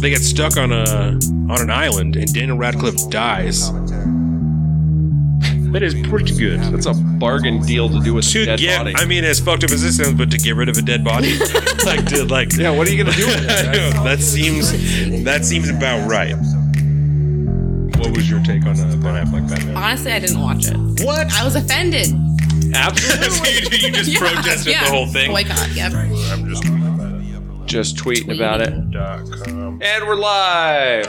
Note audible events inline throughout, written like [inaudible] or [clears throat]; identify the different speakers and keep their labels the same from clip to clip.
Speaker 1: they get stuck on a on an island, and Daniel Radcliffe
Speaker 2: [laughs]
Speaker 1: dies.
Speaker 3: That is pretty good.
Speaker 2: That's a bargain deal to do with
Speaker 1: To
Speaker 2: a dead
Speaker 1: get,
Speaker 2: body.
Speaker 1: I mean, as fucked up as this sounds, but to get rid of a dead
Speaker 2: [laughs]
Speaker 1: body, like, dude, like,
Speaker 2: yeah, what are you gonna
Speaker 1: [laughs]
Speaker 2: do with that? right?
Speaker 1: that seems that seems about right.
Speaker 2: what was your take on uh, Ben Affleck Batman?
Speaker 4: Honestly, I didn't watch it. What? I was offended.
Speaker 1: So you, [laughs] you
Speaker 2: [laughs]
Speaker 1: just
Speaker 4: Yeah,
Speaker 1: protested
Speaker 4: yeah.
Speaker 1: the whole thing.
Speaker 4: Boycott. Oh Yep.
Speaker 2: Just Mm. tweeting about it. And we're [laughs] live.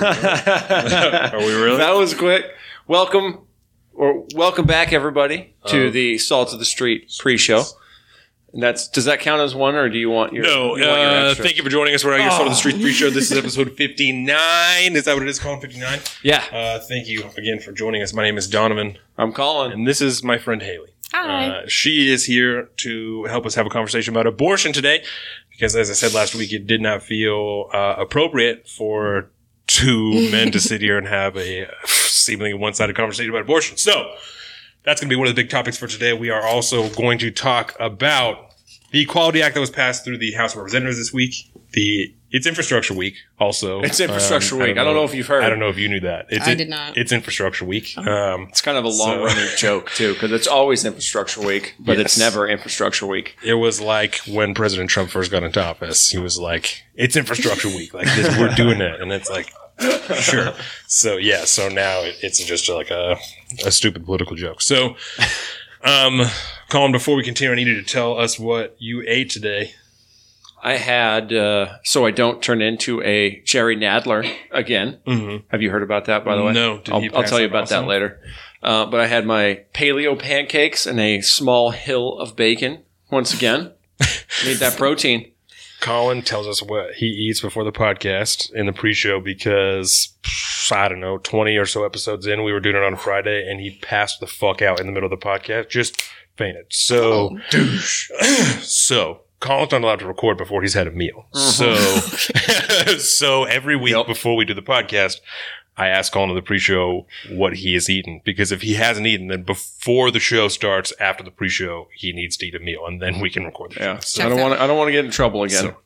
Speaker 1: Are we really?
Speaker 2: That was quick. Welcome or welcome back everybody to the Salt of the Street pre-show. And that's does that count as one or do you want your
Speaker 1: No,
Speaker 2: you want your Oh.
Speaker 1: uh,
Speaker 2: extra?
Speaker 1: thank you for joining us. We're out here on the Street Free Show. This is episode 59. Is that what it is called? 59?
Speaker 2: Yeah,
Speaker 1: Uh, thank you again for joining us. My name is Donovan,
Speaker 2: I'm calling.
Speaker 1: and this is my friend Haley.
Speaker 4: Hi.
Speaker 1: Uh, she is here to help us have a conversation about abortion today, because as I said last week, it did not feel uh, appropriate for
Speaker 4: [laughs]
Speaker 1: two men to sit here and have a seemingly one-sided conversation about abortion. So that's going to be one of the big topics for today. We are also going to talk about the Equality Act that was passed through the House of Representatives this week. The it's Infrastructure Week, also.
Speaker 2: It's Infrastructure
Speaker 1: Um,
Speaker 2: Week. I don't, know if you've heard.
Speaker 1: I don't know if you knew that. It's
Speaker 4: I did not. Oh.
Speaker 1: It's Infrastructure Week. Um,
Speaker 2: It's kind of a long running joke too, because it's always Infrastructure Week, but it's
Speaker 1: Yes.
Speaker 2: never Infrastructure Week.
Speaker 1: it was like when President Trump first got into office. He was like, "It's Infrastructure Week. Like this, we're doing it," and it's like, sure. So yeah. So now it, it's just like a a stupid political joke. So, um, Colin, before we continue, I need you to tell us what you ate today.
Speaker 2: I had uh, so I don't turn into a Jerry Nadler again.
Speaker 1: Mm-hmm.
Speaker 2: Have you heard about that by the way?
Speaker 1: No. Did
Speaker 2: I'll,
Speaker 1: he
Speaker 2: I'll
Speaker 1: pass
Speaker 2: tell you
Speaker 1: out
Speaker 2: about that
Speaker 1: also?
Speaker 2: later. Uh, but I had my paleo pancakes and a small hill of bacon once [laughs] again. Need that protein.
Speaker 1: Colin tells us what he eats before the podcast in the pre-show because pff, I don't know, twenty or so episodes in, we were doing it on a Friday, and he passed the fuck out in the middle of the podcast, just fainted.
Speaker 2: Oh,
Speaker 1: So, [clears throat] so Colin's not allowed to record before he's had a meal.
Speaker 2: [laughs]
Speaker 1: So, [laughs] so every week
Speaker 2: Mm-hmm. Yep.
Speaker 1: before we do the podcast. I ask Colin in the pre-show what he has eaten because if he hasn't eaten, then before the show starts, after the pre-show, he needs to eat a meal, and then we can record the
Speaker 2: Yeah.
Speaker 1: show.
Speaker 2: I don't want to. I don't want to get in trouble again.
Speaker 1: So-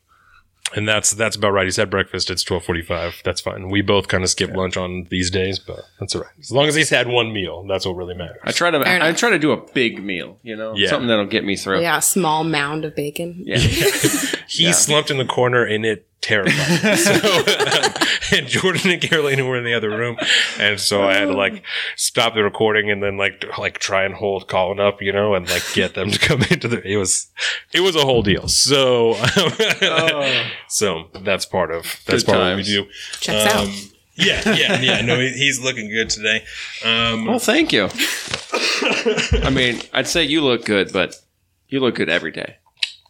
Speaker 1: And that's that's about right. He's had breakfast. It's twelve forty five. That's fine. We both kind of skip lunch on these days, but that's all right. As long as he's had one meal, that's what really matters.
Speaker 2: I [laughs] try to.
Speaker 4: Fair
Speaker 2: I
Speaker 4: enough.
Speaker 2: try to do a big meal. You know,
Speaker 1: Yeah.
Speaker 2: something that'll get me through.
Speaker 4: Yeah, a small mound of bacon.
Speaker 2: Yeah.
Speaker 1: [laughs] He slumped in the corner and it terrified
Speaker 2: [laughs]
Speaker 1: me. So, [laughs] and Jordan and Carolina were in the other room, and so I had to like stop the recording and then like t- like try and hold Colin up, you know, and like get them to [laughs] come into the. It was it was a whole deal. So [laughs] so that's part of that's
Speaker 2: Oh. Good
Speaker 1: part
Speaker 2: times.
Speaker 1: of what we do.
Speaker 4: Checks out.
Speaker 1: Um, yeah, yeah, yeah. No, he- he's looking good today. Um,
Speaker 2: Well, thank [laughs] you. I mean, I'd say you look good, but you look good every day.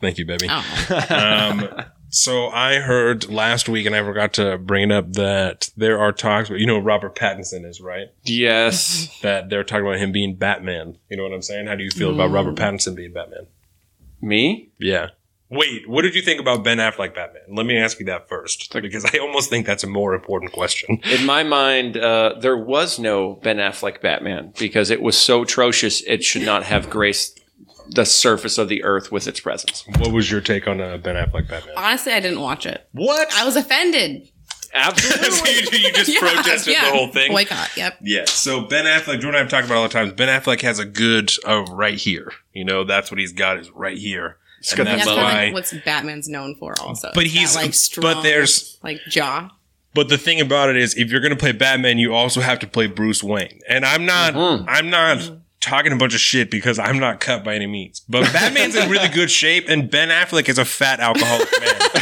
Speaker 1: Thank you, baby.
Speaker 4: Oh,
Speaker 1: Um, so I heard last week, and I forgot to bring it up, that there are talks. You know, who Robert Pattinson is right.
Speaker 2: Yes.
Speaker 1: That they're talking about him being Batman. You know what I'm saying? How do you feel about Robert Pattinson being Batman?
Speaker 4: Mm-hmm.
Speaker 2: Me?
Speaker 1: Yeah. Wait, what did you think about Ben Affleck Batman? Let me ask you that first, because I almost think that's a more important question.
Speaker 2: In my mind, uh, there was no Ben Affleck Batman because it was so atrocious it should not have graced the surface of the earth with its presence.
Speaker 1: What was your take on uh, Ben Affleck Batman?
Speaker 4: honestly, I didn't watch it.
Speaker 1: What? [laughs]
Speaker 4: I was offended.
Speaker 1: so [laughs]
Speaker 2: Absolutely.
Speaker 1: you, you
Speaker 4: [laughs]
Speaker 1: just protested the whole thing.
Speaker 4: Boycott. Oh Yep.
Speaker 1: Yeah. So Ben Affleck, Jordan and I have talked about it all the times. Ben Affleck has a good uh, right here. You know, that's what he's got is right here.
Speaker 2: It's
Speaker 1: And
Speaker 2: got the
Speaker 4: That's
Speaker 1: that's
Speaker 2: bug.
Speaker 4: what,
Speaker 1: why.
Speaker 4: like, what's Batman's known for, also.
Speaker 1: But
Speaker 4: It's that,
Speaker 1: he's-
Speaker 4: like
Speaker 1: but
Speaker 4: strong,
Speaker 1: there's-
Speaker 4: like jaw. [laughs]
Speaker 1: But the thing about it is, if you're going to play Batman, you also have to play Bruce Wayne. And I'm not,
Speaker 2: Mhm.
Speaker 1: I'm not talking a bunch of shit because I'm not cut by any means. But Batman's in really good shape, and Ben Affleck is a fat alcoholic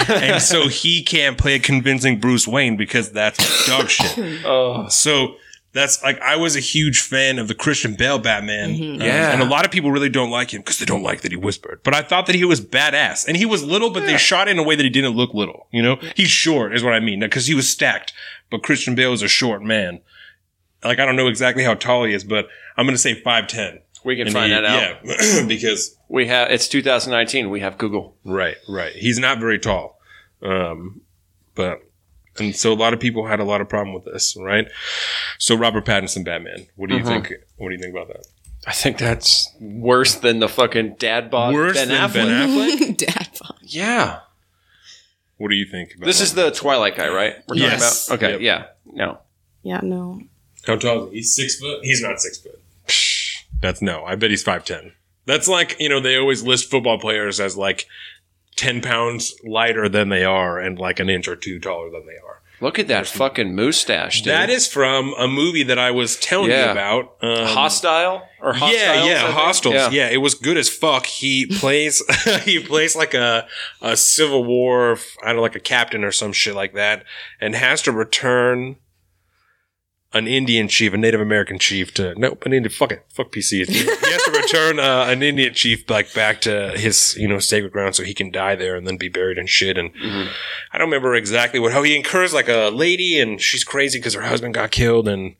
Speaker 1: man, and so he can't play a convincing Bruce Wayne because that's dog shit.
Speaker 2: Oh.
Speaker 1: So. That's like I was a huge fan of the Christian Bale Batman, um,
Speaker 2: Yeah.
Speaker 1: and a lot of people really don't like him because they don't like that he whispered. But I thought that he was badass, and he was little, but they shot it in a way that he didn't look little. You know, he's short, is what I mean, because he was stacked. But Christian Bale is a short man. Like I don't know exactly how tall he is, but I'm gonna say five ten.
Speaker 2: We can find that out.
Speaker 1: Yeah, [clears throat] because
Speaker 2: We have it's 2019. We have Google.
Speaker 1: right, right, he's not very tall, um, but and so a lot of people had a lot of problem with this, right? So Robert Pattinson Batman, what do you
Speaker 2: Mm-hmm.
Speaker 1: think? What do you think about that?
Speaker 2: I think that's worse than the fucking dad bod. [laughs]
Speaker 1: Worse than Ben Affleck?
Speaker 4: Dad bod.
Speaker 2: Yeah.
Speaker 1: What do you think? About
Speaker 2: This is the Twilight guy, right? We're talking
Speaker 1: Yes.
Speaker 2: about. Okay,
Speaker 1: Yep.
Speaker 2: yeah, no.
Speaker 4: Yeah, no.
Speaker 1: how tall? Is he? He's six foot. He's not six foot. Psh, That's no. I bet he's five ten. That's like you know they always list football players as like ten pounds lighter than they are and like an inch or two taller than they are.
Speaker 2: Look at that fucking mustache, dude.
Speaker 1: That is from a movie that I was telling you
Speaker 2: Yeah.
Speaker 1: about. Um,
Speaker 2: hostile or hostiles,
Speaker 1: yeah,
Speaker 2: I
Speaker 1: yeah,
Speaker 2: think?
Speaker 1: hostiles. Yeah. it was good as fuck. He plays, [laughs] he plays like a a Civil War, I don't know, like a captain or some shit like that, and has to return an Indian chief, a Native American chief, to nope, an Indian. Fuck it, fuck PC. He has to return uh, an Indian chief like back to his you know sacred ground so he can die there and then be buried and shit. And
Speaker 2: Mhm.
Speaker 1: I don't remember exactly what. How he incurs like a lady, and she's crazy because her husband got killed and.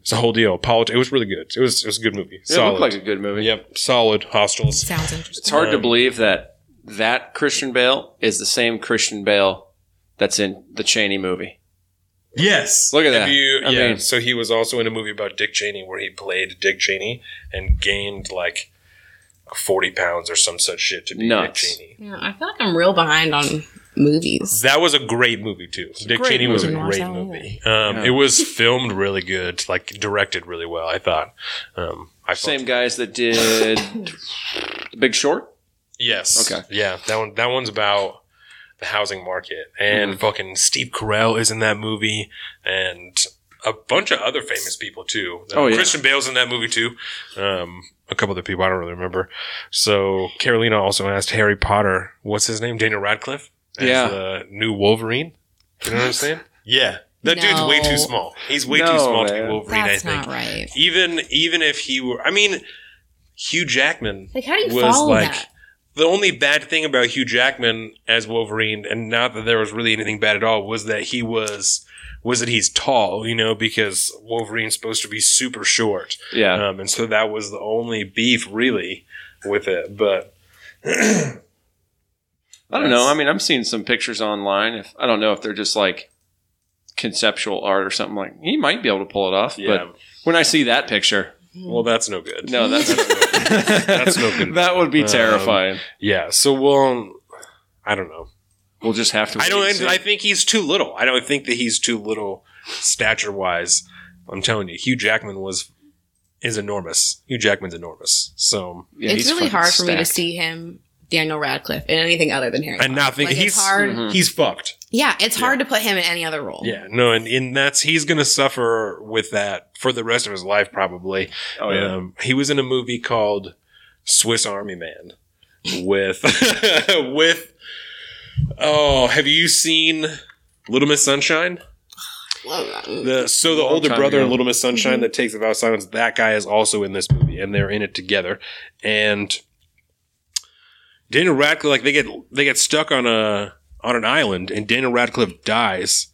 Speaker 1: It's a whole deal. Apolog- It was really good. It was it was a good movie.
Speaker 2: Yeah, it looked like a good movie.
Speaker 1: Yep, solid hostels.
Speaker 4: Sounds
Speaker 2: It's
Speaker 4: interesting.
Speaker 2: hard to
Speaker 1: Um,
Speaker 2: believe that that Christian Bale is the same Christian Bale that's in the Cheney movie.
Speaker 1: Yes,
Speaker 2: Look at
Speaker 1: Have
Speaker 2: that.
Speaker 1: You,
Speaker 2: I
Speaker 1: yeah.
Speaker 2: mean-
Speaker 1: so he was also in a movie about Dick Cheney where he played Dick Cheney and gained like forty pounds or some such shit to be
Speaker 2: Nuts.
Speaker 1: Dick Cheney.
Speaker 4: Yeah, I feel like I'm real behind on movies.
Speaker 1: That was a great movie too. Dick
Speaker 2: great
Speaker 1: Cheney was a
Speaker 4: movie. Watch
Speaker 1: great
Speaker 4: that one.
Speaker 1: movie. Um,
Speaker 2: Yeah.
Speaker 1: It was filmed really good, like directed really well. I thought. Um, I felt-
Speaker 2: Same guys that did The Big Short.
Speaker 1: Yes.
Speaker 2: Okay.
Speaker 1: Yeah, that one. That one's about the housing market, and
Speaker 2: Mm-hmm.
Speaker 1: fucking Steve Carell is in that movie, and a bunch of other famous people too.
Speaker 2: Oh, yeah.
Speaker 1: Christian Bale's in that movie too. Um, a couple other people I don't really remember. So Carolina also asked Harry Potter, what's his name, Daniel Radcliffe, as
Speaker 2: Yeah.
Speaker 1: the new Wolverine. You know what I'm
Speaker 2: [laughs]
Speaker 1: saying? yeah. That dude's way
Speaker 4: No.
Speaker 1: too small. He's way too
Speaker 2: No,
Speaker 1: small to be
Speaker 2: man.
Speaker 1: Wolverine.
Speaker 4: That's
Speaker 1: I think.
Speaker 4: not right.
Speaker 1: Even even if he were, I mean, Hugh Jackman
Speaker 4: Like, how do you
Speaker 1: was
Speaker 4: follow
Speaker 1: like
Speaker 4: that?
Speaker 1: the only bad thing about Hugh Jackman as Wolverine, and not that there was really anything bad at all, was that he was was that he's tall, you know, because Wolverine's supposed to be super short,
Speaker 2: Yeah.
Speaker 1: um, and so that was the only beef really with it. But
Speaker 2: I don't know. I mean, I'm seeing some pictures online. If I don't know if they're just like conceptual art or something like he might be able to pull it off.
Speaker 1: yeah,
Speaker 2: But when I see that picture,
Speaker 1: well, that's no good.
Speaker 2: no, that's
Speaker 1: That's no good.
Speaker 2: That would be
Speaker 1: Um,
Speaker 2: terrifying.
Speaker 1: [laughs] yeah. So we'll. I don't know.
Speaker 2: we'll just have to.
Speaker 1: I don't.
Speaker 2: wait and
Speaker 1: and
Speaker 2: see.
Speaker 1: I think he's too little. I don't think that he's too little stature wise. I'm telling you, Hugh Jackman was is enormous. Hugh Jackman's enormous. So
Speaker 2: Yeah,
Speaker 4: it's
Speaker 2: he's
Speaker 4: really
Speaker 2: fucking
Speaker 4: hard for me to
Speaker 2: stacked.
Speaker 4: see him, Daniel Radcliffe, in anything other than Harry.
Speaker 1: and
Speaker 4: Potter.
Speaker 1: nothing.
Speaker 4: Like,
Speaker 1: he's
Speaker 4: it's hard.
Speaker 2: Mhm.
Speaker 1: he's fucked.
Speaker 4: Yeah, it's hard to put him in any other role.
Speaker 1: Yeah, no, and, and that's he's gonna suffer with that for the rest of his life probably.
Speaker 2: Oh yeah.
Speaker 1: Um, he was in a movie called Swiss Army Man with [laughs] with oh, have you seen Little Miss Sunshine? The so the
Speaker 2: Long
Speaker 1: older
Speaker 2: time
Speaker 1: brother
Speaker 2: ago.
Speaker 1: in Little Miss Sunshine that takes the vow of silence, that guy is also in this movie, and they're in it together. And Daniel Radcliffe, like they get they get stuck on a on an island, and Daniel Radcliffe dies.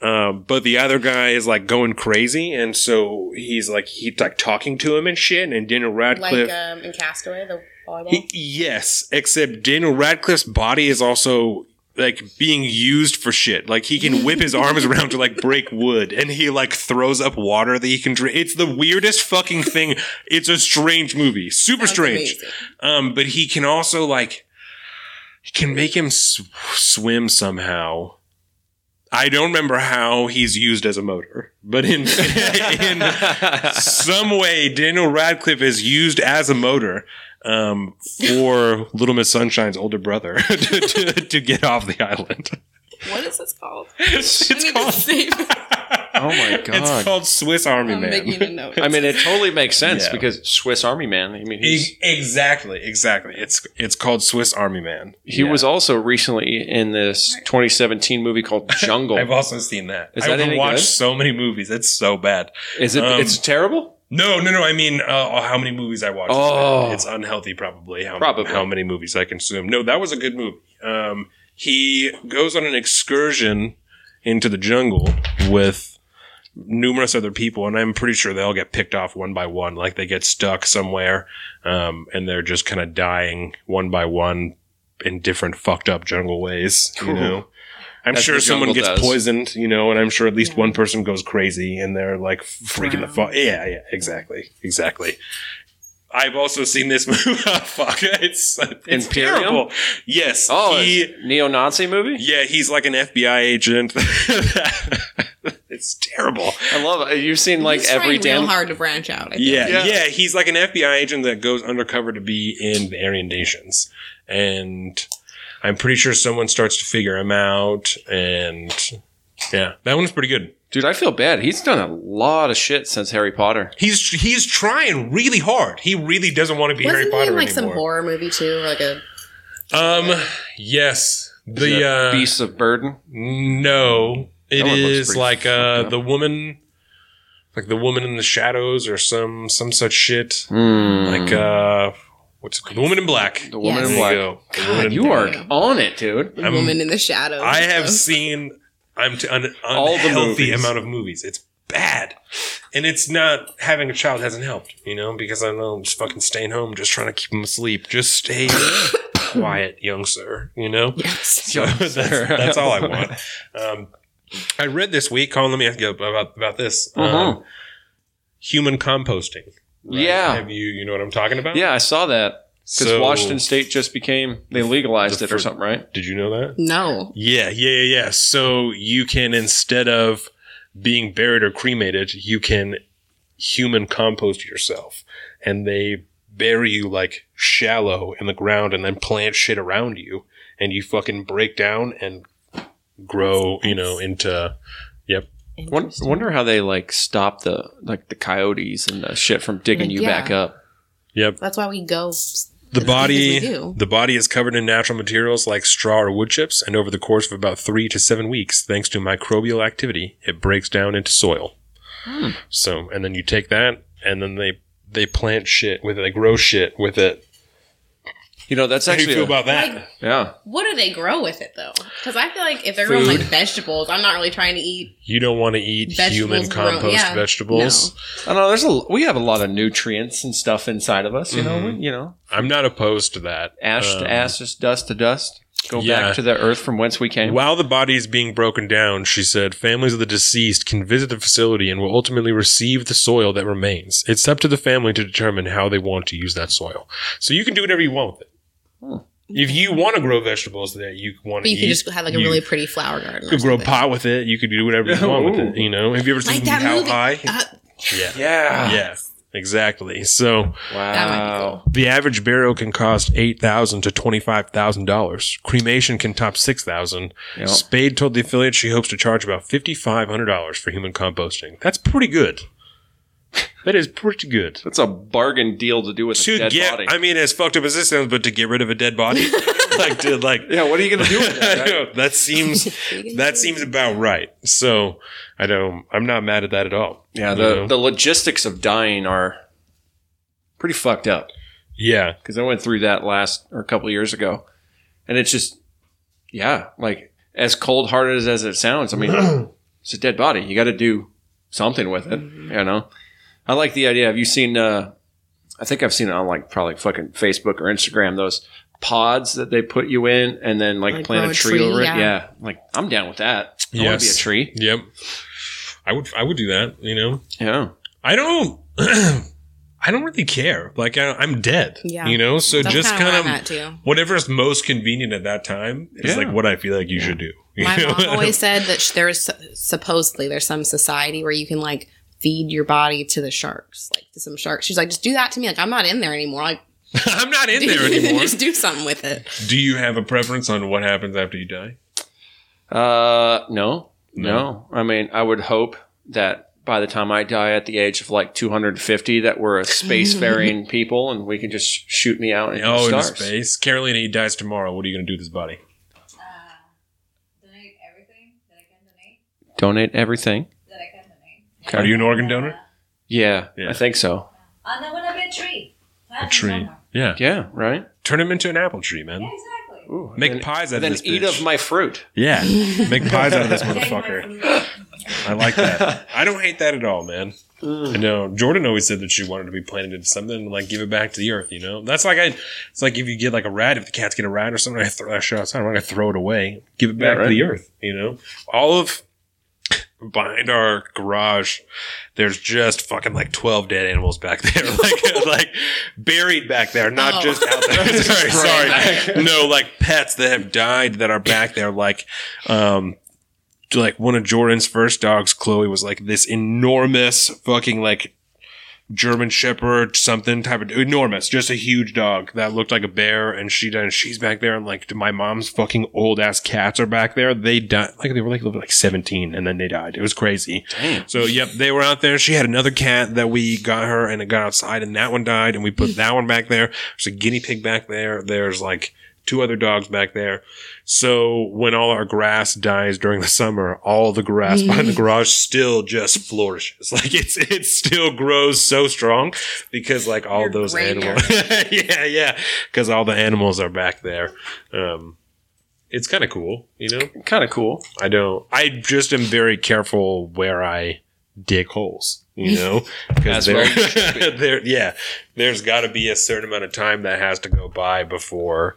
Speaker 1: Um, but the other guy is like going crazy, and so he's like he's like talking to him and shit. And Daniel Radcliffe,
Speaker 4: like um, in Castaway, the volleyball.
Speaker 1: he- yes, except Daniel Radcliffe's body is also like being used for shit. Like he can whip his
Speaker 4: [laughs]
Speaker 1: arms around to like break wood, and he like throws up water that he can drink. It's the weirdest fucking thing. It's a strange movie, super
Speaker 4: Sounds
Speaker 1: strange.
Speaker 4: amazing.
Speaker 1: Um, but he can also like he can make him sw- swim somehow. I don't remember how he's used as a motor, but in [laughs] in Um,
Speaker 2: [laughs]
Speaker 1: some way Daniel Radcliffe is used as a motor um, for Little Miss Sunshine's older brother [laughs] to, to, to get off the island.
Speaker 4: What is this called?
Speaker 1: [laughs] It's
Speaker 4: I need
Speaker 1: called. [laughs]
Speaker 4: to save.
Speaker 2: [laughs] Oh my
Speaker 1: It's
Speaker 2: God.
Speaker 1: called Swiss Army
Speaker 4: I'm
Speaker 1: [laughs]
Speaker 4: making
Speaker 1: Man.
Speaker 4: a note.
Speaker 2: I mean, it
Speaker 1: [laughs]
Speaker 2: totally makes sense
Speaker 1: Yeah.
Speaker 2: because Swiss Army Man. I mean, he's,
Speaker 1: E- Exactly, exactly. It's it's called Swiss Army Man.
Speaker 2: he
Speaker 1: Yeah.
Speaker 2: was also recently in this 2017
Speaker 1: [laughs]
Speaker 2: movie called Jungle.
Speaker 1: I've also seen that.
Speaker 2: Is
Speaker 1: I've
Speaker 2: that any
Speaker 1: watched
Speaker 2: good?
Speaker 1: so many movies. It's so bad.
Speaker 2: Is it?
Speaker 1: Um,
Speaker 2: it's terrible.
Speaker 1: No, no, no. I mean, uh, how many movies I watch?
Speaker 2: Oh.
Speaker 1: it's unhealthy, probably. How,
Speaker 2: Probably.
Speaker 1: how many movies I consume? No, that was a good movie. Um, he goes on an excursion into the jungle with numerous other people, and I'm pretty sure they all get picked off one by one. Like they get stuck somewhere, um, and they're just kind of dying one by one in different fucked up jungle ways. You
Speaker 2: Cool.
Speaker 1: know. I'm
Speaker 2: That's
Speaker 1: sure
Speaker 2: what
Speaker 1: someone
Speaker 2: jungle
Speaker 1: gets
Speaker 2: does.
Speaker 1: poisoned, you know, and I'm sure at least
Speaker 4: Yeah.
Speaker 1: one person goes crazy and they're like freaking the
Speaker 4: Wow.
Speaker 1: fuck. Yeah, yeah, exactly, exactly. I've also seen this [laughs] movie. oh, Fuck, it's, it's
Speaker 2: Imperium?
Speaker 1: terrible. Yes.
Speaker 2: Oh,
Speaker 1: he-
Speaker 2: neo-Nazi movie.
Speaker 1: yeah, he's like an FBI agent. [laughs] it's terrible.
Speaker 2: I love it. You've seen like
Speaker 4: He's
Speaker 2: every
Speaker 4: trying real
Speaker 2: damn.
Speaker 4: hard to branch out. I think.
Speaker 1: Yeah,
Speaker 2: Yeah.
Speaker 1: yeah, He's like an FBI agent that goes undercover to be in the Aryan Nations, and I'm pretty sure someone starts to figure him out. And yeah, that one's pretty good.
Speaker 2: Dude, I feel bad. He's done a lot of shit since Harry Potter.
Speaker 1: He's he's trying really hard. He really doesn't want to be
Speaker 4: Wasn't
Speaker 1: Harry
Speaker 4: he
Speaker 1: Potter
Speaker 4: in like some
Speaker 1: anymore.
Speaker 4: horror movie too, or like a
Speaker 1: um, yes, the uh,
Speaker 2: Beasts of Burden.
Speaker 1: No, it
Speaker 2: That one looks
Speaker 1: is
Speaker 2: pretty
Speaker 1: like uh
Speaker 2: fucked up.
Speaker 1: the woman, like the woman in the shadows or some some such shit. Like uh, what's it called? The woman in black.
Speaker 2: Hmm. The Woman
Speaker 4: Yes.
Speaker 2: in
Speaker 1: There
Speaker 2: Black.
Speaker 1: you go. The Woman
Speaker 2: God,
Speaker 1: in
Speaker 2: you
Speaker 1: Black.
Speaker 2: are on it, dude.
Speaker 1: I'm-
Speaker 4: woman in the shadows?
Speaker 1: Um, I have
Speaker 4: So-
Speaker 1: seen. I'm t- an
Speaker 2: All the
Speaker 1: unhealthy
Speaker 2: movies.
Speaker 1: amount of movies. It's bad, and it's not having a child hasn't helped. You know, because I know I'm just fucking staying home, just trying to keep him asleep. Just
Speaker 2: [coughs]
Speaker 1: stay quiet, young sir. You
Speaker 2: [laughs]
Speaker 1: know.
Speaker 4: [laughs] yes.
Speaker 1: So [laughs] that's,
Speaker 2: sir.
Speaker 1: that's all I want. Um, I read this week, Colin. Let me ask you about about this.
Speaker 2: Uh-huh.
Speaker 1: Um, human composting. right?
Speaker 2: Yeah.
Speaker 1: Have you you know what I'm talking about?
Speaker 2: Yeah, I saw that. Because
Speaker 1: So-
Speaker 2: Washington State just became, they legalized
Speaker 1: The
Speaker 2: it or
Speaker 1: fir-
Speaker 2: something, right?
Speaker 1: Did you know that?
Speaker 4: No.
Speaker 1: Yeah, yeah, yeah, yeah. So you can instead of being buried or cremated, you can human compost yourself, and they bury you like shallow in the ground, and then plant shit around you, and you fucking break down and grow, you know, into. Yep.
Speaker 2: Won- Wonder how they like stop the like the coyotes and the shit from digging you
Speaker 4: Yeah.
Speaker 2: back up.
Speaker 1: Yep.
Speaker 4: That's why we go.
Speaker 1: The body,
Speaker 4: Because we do.
Speaker 1: the body is covered in natural materials like straw or wood chips, and over the course of about three to seven weeks, thanks to microbial activity, it breaks down into soil.
Speaker 4: Hmm.
Speaker 1: So, and then you take that, and then they they plant shit with it, they grow shit with it.
Speaker 2: You know, that's
Speaker 1: How do you
Speaker 2: actually
Speaker 1: feel
Speaker 2: a-
Speaker 1: about that?
Speaker 4: Like,
Speaker 2: yeah.
Speaker 4: what do they grow with it though? Because I feel like if they're growing like
Speaker 1: Food.
Speaker 4: vegetables, I'm not really trying to eat.
Speaker 1: you don't want to eat
Speaker 4: Vegetables
Speaker 1: human
Speaker 4: grow-
Speaker 1: compost
Speaker 4: yeah.
Speaker 1: vegetables.
Speaker 2: I don't know. There's a we have a lot of nutrients and stuff inside of us. You know,
Speaker 1: Mhm.
Speaker 2: we- you know,
Speaker 1: I'm not opposed to that.
Speaker 2: ash
Speaker 1: Um,
Speaker 2: to ashes, dust to dust. Go
Speaker 1: yeah.
Speaker 2: back to the earth from whence we came.
Speaker 1: While the body is being broken down, she said, families of the deceased can visit the facility and will ultimately receive the soil that remains. It's up to the family to determine how they want to use that soil. So you can do whatever you want with it. If you want to grow vegetables that you want to
Speaker 4: But you
Speaker 1: eat,
Speaker 4: could just have like a
Speaker 1: you
Speaker 4: really pretty flower garden.
Speaker 1: you
Speaker 4: or
Speaker 1: could grow
Speaker 4: something.
Speaker 1: pot with it. You could do whatever you want with it.
Speaker 2: Ooh.
Speaker 1: You know, have you ever seen
Speaker 4: Like that
Speaker 1: How
Speaker 4: movie. [laughs]
Speaker 1: High?
Speaker 4: Uh,
Speaker 1: yeah.
Speaker 2: Yeah.
Speaker 1: Yeah. Exactly. So
Speaker 2: Wow.
Speaker 4: that
Speaker 1: Um,
Speaker 4: might be cool.
Speaker 1: the average burial can cost eight thousand to twenty five thousand dollars. Cremation can top six thousand.
Speaker 2: Yep.
Speaker 1: Spade told the affiliate she hopes to charge about fifty five hundred dollars for human composting. That's pretty good.
Speaker 2: [laughs]
Speaker 1: That is pretty good.
Speaker 2: That's a bargain deal to do with a
Speaker 1: To
Speaker 2: dead
Speaker 1: get,
Speaker 2: body.
Speaker 1: I mean, as fucked up as this sounds, but to get rid of a dead
Speaker 2: [laughs]
Speaker 1: body, like, to, like,
Speaker 2: yeah, what are you gonna do with
Speaker 1: [laughs]
Speaker 2: that? right?
Speaker 1: that seems that seems about right. So I don't, I'm not mad at that at all.
Speaker 2: yeah,
Speaker 1: You
Speaker 2: the,
Speaker 1: know?
Speaker 2: the logistics of dying are pretty fucked up.
Speaker 1: yeah,
Speaker 2: Because I went through that last or a couple years ago. And it's just yeah, like as cold hearted as it sounds, I mean it's a dead body. You gotta do something with it. You know? I like the idea. Have you seen uh I think I've seen it on like probably fucking Facebook or Instagram, those pods that they put you in and then like,
Speaker 4: Like
Speaker 2: plant
Speaker 4: grow
Speaker 2: a
Speaker 4: a
Speaker 2: tree,
Speaker 4: tree,
Speaker 2: over it.
Speaker 4: yeah.
Speaker 2: Yeah. Like I'm down with that. I wanna be a
Speaker 1: Yes.
Speaker 2: tree.
Speaker 1: yep. I would, I would do that. You know,
Speaker 2: Yeah.
Speaker 1: I don't. [clears throat] I don't really care. Like I, I'm dead.
Speaker 4: Yeah.
Speaker 1: You know, so
Speaker 4: That's
Speaker 1: just
Speaker 4: kinda where
Speaker 1: kind
Speaker 4: I'm at,
Speaker 1: of
Speaker 4: too.
Speaker 1: [laughs] whatever's most convenient at that time is
Speaker 2: Yeah.
Speaker 1: like what I feel like you should do. You
Speaker 4: My
Speaker 1: know? [laughs]
Speaker 4: mom always said that sh- there is supposedly there's some society where you can like feed your body to the sharks, like to some sharks. She's like, just do that to me. Like I'm not in there anymore. Like
Speaker 1: I'm not
Speaker 4: [laughs]
Speaker 1: in there anymore.
Speaker 4: just do something with it.
Speaker 1: do you have a preference on what happens after you die?
Speaker 2: Uh, no,
Speaker 1: No.
Speaker 2: no, I mean, I would hope that by the time I die at the age of like 250, that we're a
Speaker 4: [laughs]
Speaker 2: spacefaring people and we can just sh- shoot me out into
Speaker 1: Oh,
Speaker 2: the
Speaker 1: in
Speaker 2: stars.
Speaker 1: space. Carolina, he dies tomorrow. What are you going to do with his body?
Speaker 3: donate everything that I can donate.
Speaker 2: Donate everything.
Speaker 3: That I can donate.
Speaker 2: Okay.
Speaker 1: Are you an organ donor?
Speaker 2: Yeah,
Speaker 1: Yeah.
Speaker 2: I think so.
Speaker 3: Uh, And I want to be a tree.
Speaker 1: A
Speaker 3: Plant
Speaker 1: tree.
Speaker 3: Uh, somewhere.
Speaker 1: Yeah.
Speaker 2: Yeah, right.
Speaker 1: Turn him into an apple tree, man.
Speaker 3: Yeah, exactly.
Speaker 2: Ooh,
Speaker 1: Make
Speaker 2: then-
Speaker 1: pies out of
Speaker 2: Then
Speaker 1: this
Speaker 2: eat
Speaker 1: bitch.
Speaker 2: of my fruit. [laughs]
Speaker 1: Yeah. Make pies out of this
Speaker 3: Take my
Speaker 1: motherfucker.
Speaker 3: food.
Speaker 1: I like
Speaker 2: [laughs]
Speaker 1: that. I don't hate that at all, man. I know Jordan always said that she wanted to be planted into something and like give it back to the earth. You know, that's like I. It's like if you get like a rat, if the cats get a rat or something, I throw that shit outside. I'm not gonna throw it away. Give it back
Speaker 2: Yeah, right.
Speaker 1: to the earth. You know, all of behind our garage, there's just fucking like 12 dead animals back there, [laughs] like like buried back there, not
Speaker 4: Oh.
Speaker 1: just out there. sorry,
Speaker 2: Right.
Speaker 1: sorry. No, like pets that have died that are back there, like um. to, Like one of Jordan's first dogs, Chloe was like this enormous fucking like German Shepherd, something type of enormous, just a huge dog that looked like a bear, and she done. She's back there, and like my mom's fucking old ass cats are back there. They died, like they were like like seventeen, and then they died. It was crazy.
Speaker 2: Damn.
Speaker 1: So yep, they were out there. She had another cat that we got her, and it got outside, and that one died, and we put that one back there. There's a guinea pig back there. There's like two other dogs back there. So when all our grass dies during the summer, all the
Speaker 4: Mm.
Speaker 1: grass behind the garage still just flourishes. [laughs] Like it's it still grows so strong because like all
Speaker 4: Your
Speaker 1: those
Speaker 4: graveyard.
Speaker 1: animals, [laughs] yeah, yeah, because all the animals are back there. Um, it's kind of cool, you know.
Speaker 2: Kind of cool.
Speaker 1: I don't. I just am very careful where I dig holes. You
Speaker 2: [laughs]
Speaker 1: know, because
Speaker 2: That's
Speaker 1: there,
Speaker 2: where you should be.
Speaker 1: [laughs] there, yeah, there's got to be a certain amount of time that has to go by before,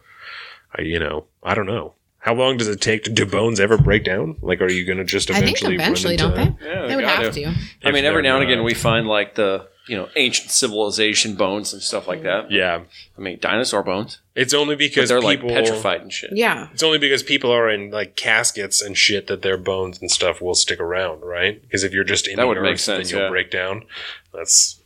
Speaker 1: I, you know, I don't know. How long does it take to do bones ever break down? Like, are you going to just
Speaker 4: I think
Speaker 1: eventually?
Speaker 4: eventually,
Speaker 1: run
Speaker 4: don't
Speaker 1: into,
Speaker 4: they?
Speaker 2: Yeah,
Speaker 4: They would
Speaker 2: gotta.
Speaker 4: have to.
Speaker 2: I mean,
Speaker 1: If
Speaker 2: every
Speaker 1: they're
Speaker 2: now and again,
Speaker 1: not-
Speaker 2: we find like the you know ancient civilization bones and stuff like that.
Speaker 1: Yeah,
Speaker 2: I mean, dinosaur bones
Speaker 1: it's only because
Speaker 2: because they're
Speaker 1: people,
Speaker 2: like petrified and shit.
Speaker 4: Yeah.
Speaker 1: It's only because people are in like caskets and shit that their bones and stuff will stick around, right? Because if you're just in
Speaker 2: That
Speaker 1: the
Speaker 2: would
Speaker 1: earth,
Speaker 2: make sense,
Speaker 1: then you'll
Speaker 2: yeah.
Speaker 1: break down. That's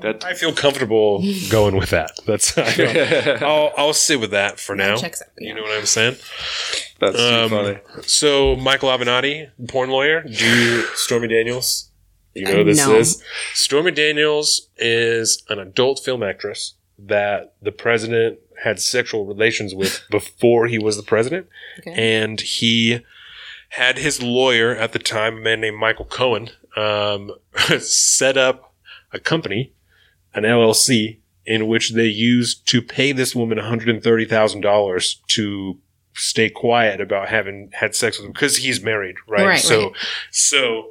Speaker 2: That-
Speaker 1: I feel
Speaker 4: [laughs]
Speaker 1: comfortable going with that. That's I don't- I'll I'll sit with that for now.
Speaker 4: Checks out.
Speaker 1: You know what I'm saying?
Speaker 2: [laughs] That's too
Speaker 1: Um,
Speaker 2: funny.
Speaker 1: So Michael Avenatti, porn lawyer, do you, Stormy Daniels? You know
Speaker 4: Uh,
Speaker 1: who this
Speaker 4: no.
Speaker 1: is Stormy Daniels is an adult film actress that the president had sexual relations with before he was the president
Speaker 4: Okay.
Speaker 1: and he had his lawyer at the time, a man named Michael Cohen, um, [laughs] set up a company, an LLC, in which they used to pay this woman one hundred and thirty thousand dollars to stay quiet about having had sex with him because he's married, right?
Speaker 4: Right,
Speaker 1: so,
Speaker 4: right.
Speaker 1: so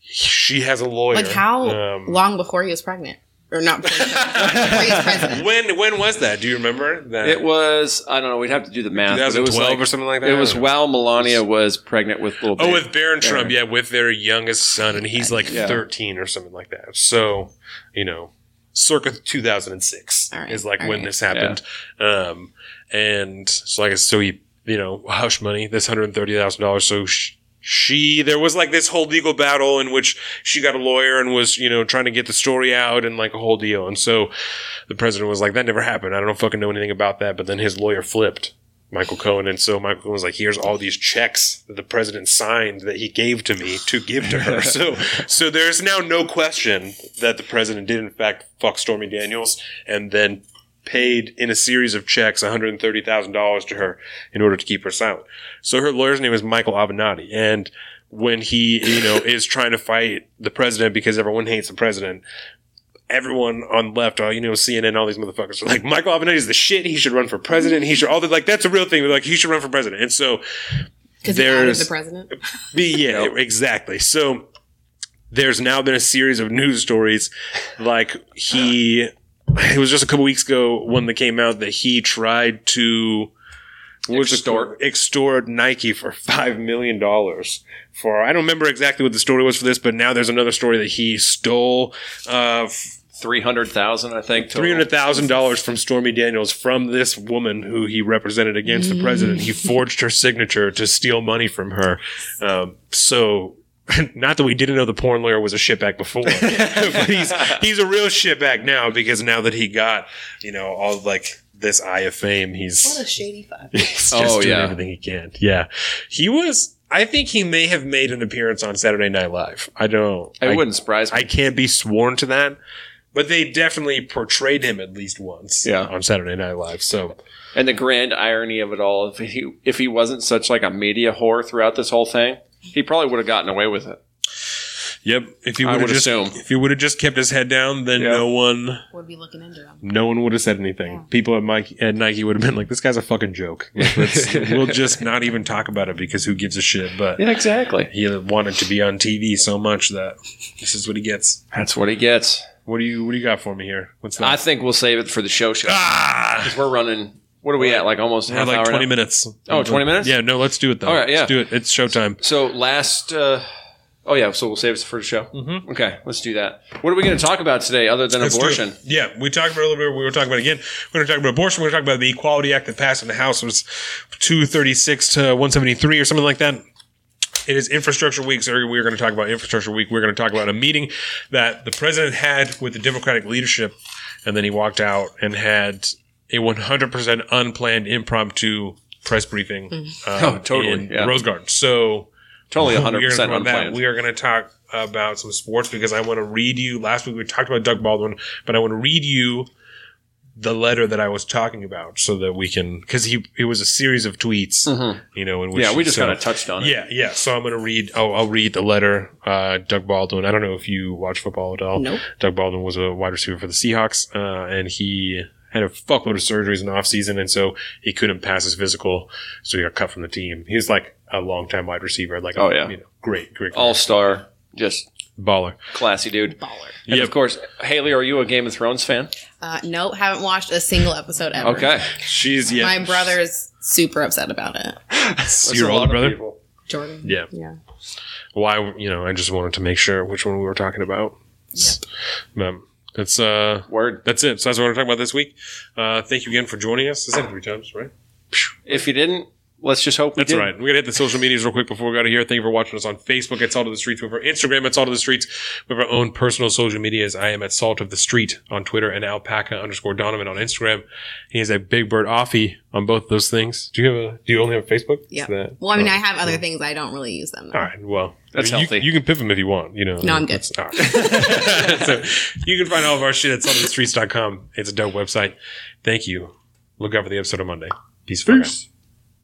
Speaker 1: she has a lawyer.
Speaker 4: Like how
Speaker 1: um,
Speaker 2: [laughs]
Speaker 4: long before he was pregnant, or not? Before he was pregnant, before he was president.
Speaker 1: When when was that? Do you remember that?
Speaker 2: It was I don't know. We'd have to do the math. but It was
Speaker 1: 2012
Speaker 2: like,
Speaker 1: or something like that.
Speaker 2: it
Speaker 1: I
Speaker 2: was
Speaker 1: don't know.
Speaker 2: while Melania was pregnant with little.
Speaker 1: Oh,
Speaker 2: baby.
Speaker 1: with Baron Trump, yeah, with their youngest son, and he's like
Speaker 2: Yeah.
Speaker 1: 13 or something like that. So, you know, circa 2006
Speaker 4: All right,
Speaker 1: is like
Speaker 4: all
Speaker 1: when
Speaker 4: right.
Speaker 1: this happened. Um, and so, like, so he, you know, hush money, this $130,000. So sh- she, there was like this whole legal battle in which she got a lawyer and was, you know, trying to get the story out and like a whole deal. And so the president was like, that never happened. I don't fucking know anything about that. But then his lawyer flipped. Michael Cohen. And so Michael Cohen was like, here's all these checks that the president signed that he gave to me to give to her. so so there's now no question that the president did in fact fuck Stormy Daniels and then paid in a series of checks $130,000 to her in order to keep her silent. So her lawyer's name is Michael Avenatti and when he, you know, is trying to fight the president because everyone hates the president, everyone on the left, all you know, CNN, all these motherfuckers are like, Michael Avenatti is the shit. He should run for president. He should all the like. That's a real thing. They're like, he should run for president. And so,
Speaker 4: Because he outed
Speaker 1: there's-
Speaker 4: the president.
Speaker 1: yeah, exactly. So there's now been a series of news stories like he. It was just a couple weeks ago when they came out that he tried to what's it
Speaker 2: Extort.
Speaker 1: called? extort Nike for five million dollars for I don't remember exactly what the story was for this, but now there's another story that he stole uh,
Speaker 2: three hundred thousand, I think. total.
Speaker 1: three hundred thousand dollars from Stormy Daniels from this woman who he represented against the president. He
Speaker 4: Mm.
Speaker 1: forged her signature to steal money from her. Um, so. [laughs] Not that we didn't know the porn lawyer was a shitbag before, [laughs] but he's he's a real shitbag now because now that he got you know all like this eye of fame, he's
Speaker 4: What a shady fuck.
Speaker 1: He's just
Speaker 2: Oh,
Speaker 1: doing
Speaker 2: yeah.
Speaker 1: everything he can. Yeah. He was I think he may have made an appearance on Saturday Night Live. I don't
Speaker 2: It wouldn't surprise me.
Speaker 1: I can't be sworn to that. But they definitely portrayed him at least once
Speaker 2: Yeah.
Speaker 1: on Saturday Night Live. So
Speaker 2: and the grand irony of it all, if he if he wasn't such like a media whore throughout this whole thing, he probably would have gotten away with it.
Speaker 1: Yep. If he
Speaker 2: I
Speaker 1: would've
Speaker 2: would
Speaker 1: just
Speaker 2: assume.
Speaker 1: if he would have just kept his head down, then
Speaker 2: Yeah.
Speaker 1: no one
Speaker 4: Would be looking into him.
Speaker 1: no one would have said anything. People at Mike at Nike would have been like, This guy's a fucking joke.
Speaker 2: [laughs]
Speaker 1: Like, let's- we'll just not even talk about it because who gives a shit? But
Speaker 2: Yeah, exactly.
Speaker 1: he wanted to be on TV so much that this is what he gets.
Speaker 2: That's what he gets.
Speaker 1: What do you What do you got for me here? What's
Speaker 2: I
Speaker 1: that?
Speaker 2: think we'll save it for the show show.
Speaker 1: ah,
Speaker 2: We're running. What are we at? Like almost
Speaker 1: we
Speaker 2: half
Speaker 1: like
Speaker 2: hour.
Speaker 1: twenty
Speaker 2: now?
Speaker 1: minutes.
Speaker 2: Oh, 20 minutes?
Speaker 1: Yeah, no, let's do it though.
Speaker 2: All right, yeah.
Speaker 1: let's do it. It's showtime.
Speaker 2: So last uh, Oh yeah, so we'll save it for the show.
Speaker 1: Mhm.
Speaker 2: Okay, let's do that. What are we going to talk about today, other than
Speaker 1: Let's do it.
Speaker 2: abortion?
Speaker 1: Yeah, we talked about it a little bit. We were talking about it again. We were talking about abortion. We were talking about the Equality Act that passed in the House. It was 236 to 173 or something like that. It is Infrastructure Week, so we're going to talk about Infrastructure Week. We're going to talk about a meeting that the president had with the Democratic leadership, and then he walked out and had a 100% unplanned impromptu press briefing. um,
Speaker 2: Oh, totally,
Speaker 1: in
Speaker 2: yeah.
Speaker 1: Rose Garden. So [laughs]
Speaker 2: Totally, one hundred
Speaker 1: we are
Speaker 2: percent
Speaker 1: gonna talk about that.
Speaker 2: unplanned.
Speaker 1: We are going to talk about some sports because I want to read you. Last week we talked about Doug Baldwin, but I want to read you the letter that I was talking about so that we can because he it was a series of tweets,
Speaker 2: Mhm.
Speaker 1: you know. In which
Speaker 2: Yeah, we just
Speaker 1: so-
Speaker 2: kind of touched on it.
Speaker 1: Yeah, yeah. So I'm going to read. Oh, I'll read the letter. Uh, Doug Baldwin. I don't know if you watch football at all.
Speaker 4: Nope.
Speaker 1: Doug Baldwin was a wide receiver for the Seahawks, uh, and he had a fuckload of surgeries in the offseason, and so he couldn't pass his physical, so he got cut from the team. He's like a longtime wide receiver, like a,
Speaker 2: Oh, yeah.
Speaker 1: you know, great, great,
Speaker 2: All star, just
Speaker 1: baller.
Speaker 2: classy dude.
Speaker 4: Baller.
Speaker 2: And
Speaker 1: Yep.
Speaker 2: of course, Haley, are you a Game of Thrones fan?
Speaker 4: Uh, no, haven't watched a single episode ever.
Speaker 2: Okay,
Speaker 1: She's yeah,
Speaker 4: My brother is super upset about it.
Speaker 1: [laughs]
Speaker 2: That's
Speaker 1: your
Speaker 2: a
Speaker 1: older
Speaker 2: lot of
Speaker 1: brother?
Speaker 2: people.
Speaker 4: Jordan.
Speaker 1: Yeah.
Speaker 4: Yeah.
Speaker 1: Why? You know, I just wanted to make sure which one we were talking about. Um, that's uh,
Speaker 2: Word.
Speaker 1: that's it. So that's what we're talking about this week. Uh, thank you again for joining us. I said it three times, right?
Speaker 2: If you didn't, let's just hope we
Speaker 1: That's
Speaker 2: did.
Speaker 1: right. We're gonna hit the social medias real quick before we go out of here. Thank you for watching us on Facebook at Salt of the Streets. We have our Instagram at Salt of the Streets. We have our own personal social medias. I am at Salt of the Street on Twitter and Alpaca underscore Donovan on Instagram. He is a Big Bird Offie on both those things. Do you have a? Do you only have Facebook?
Speaker 4: Yeah.
Speaker 1: Is that-
Speaker 4: Well, I mean,
Speaker 1: Oh,
Speaker 4: I have other
Speaker 1: cool.
Speaker 4: things. I don't really use them. though.
Speaker 1: All right. Well,
Speaker 2: That's
Speaker 1: you,
Speaker 2: healthy.
Speaker 1: You can pivot them if you want. You know.
Speaker 4: No, I'm good.
Speaker 1: That's- all right. [laughs] so you can find all of our shit at saltofthestreets.com. It's a dope website. Thank you. Look out for the episode on Monday. Peace. Peace.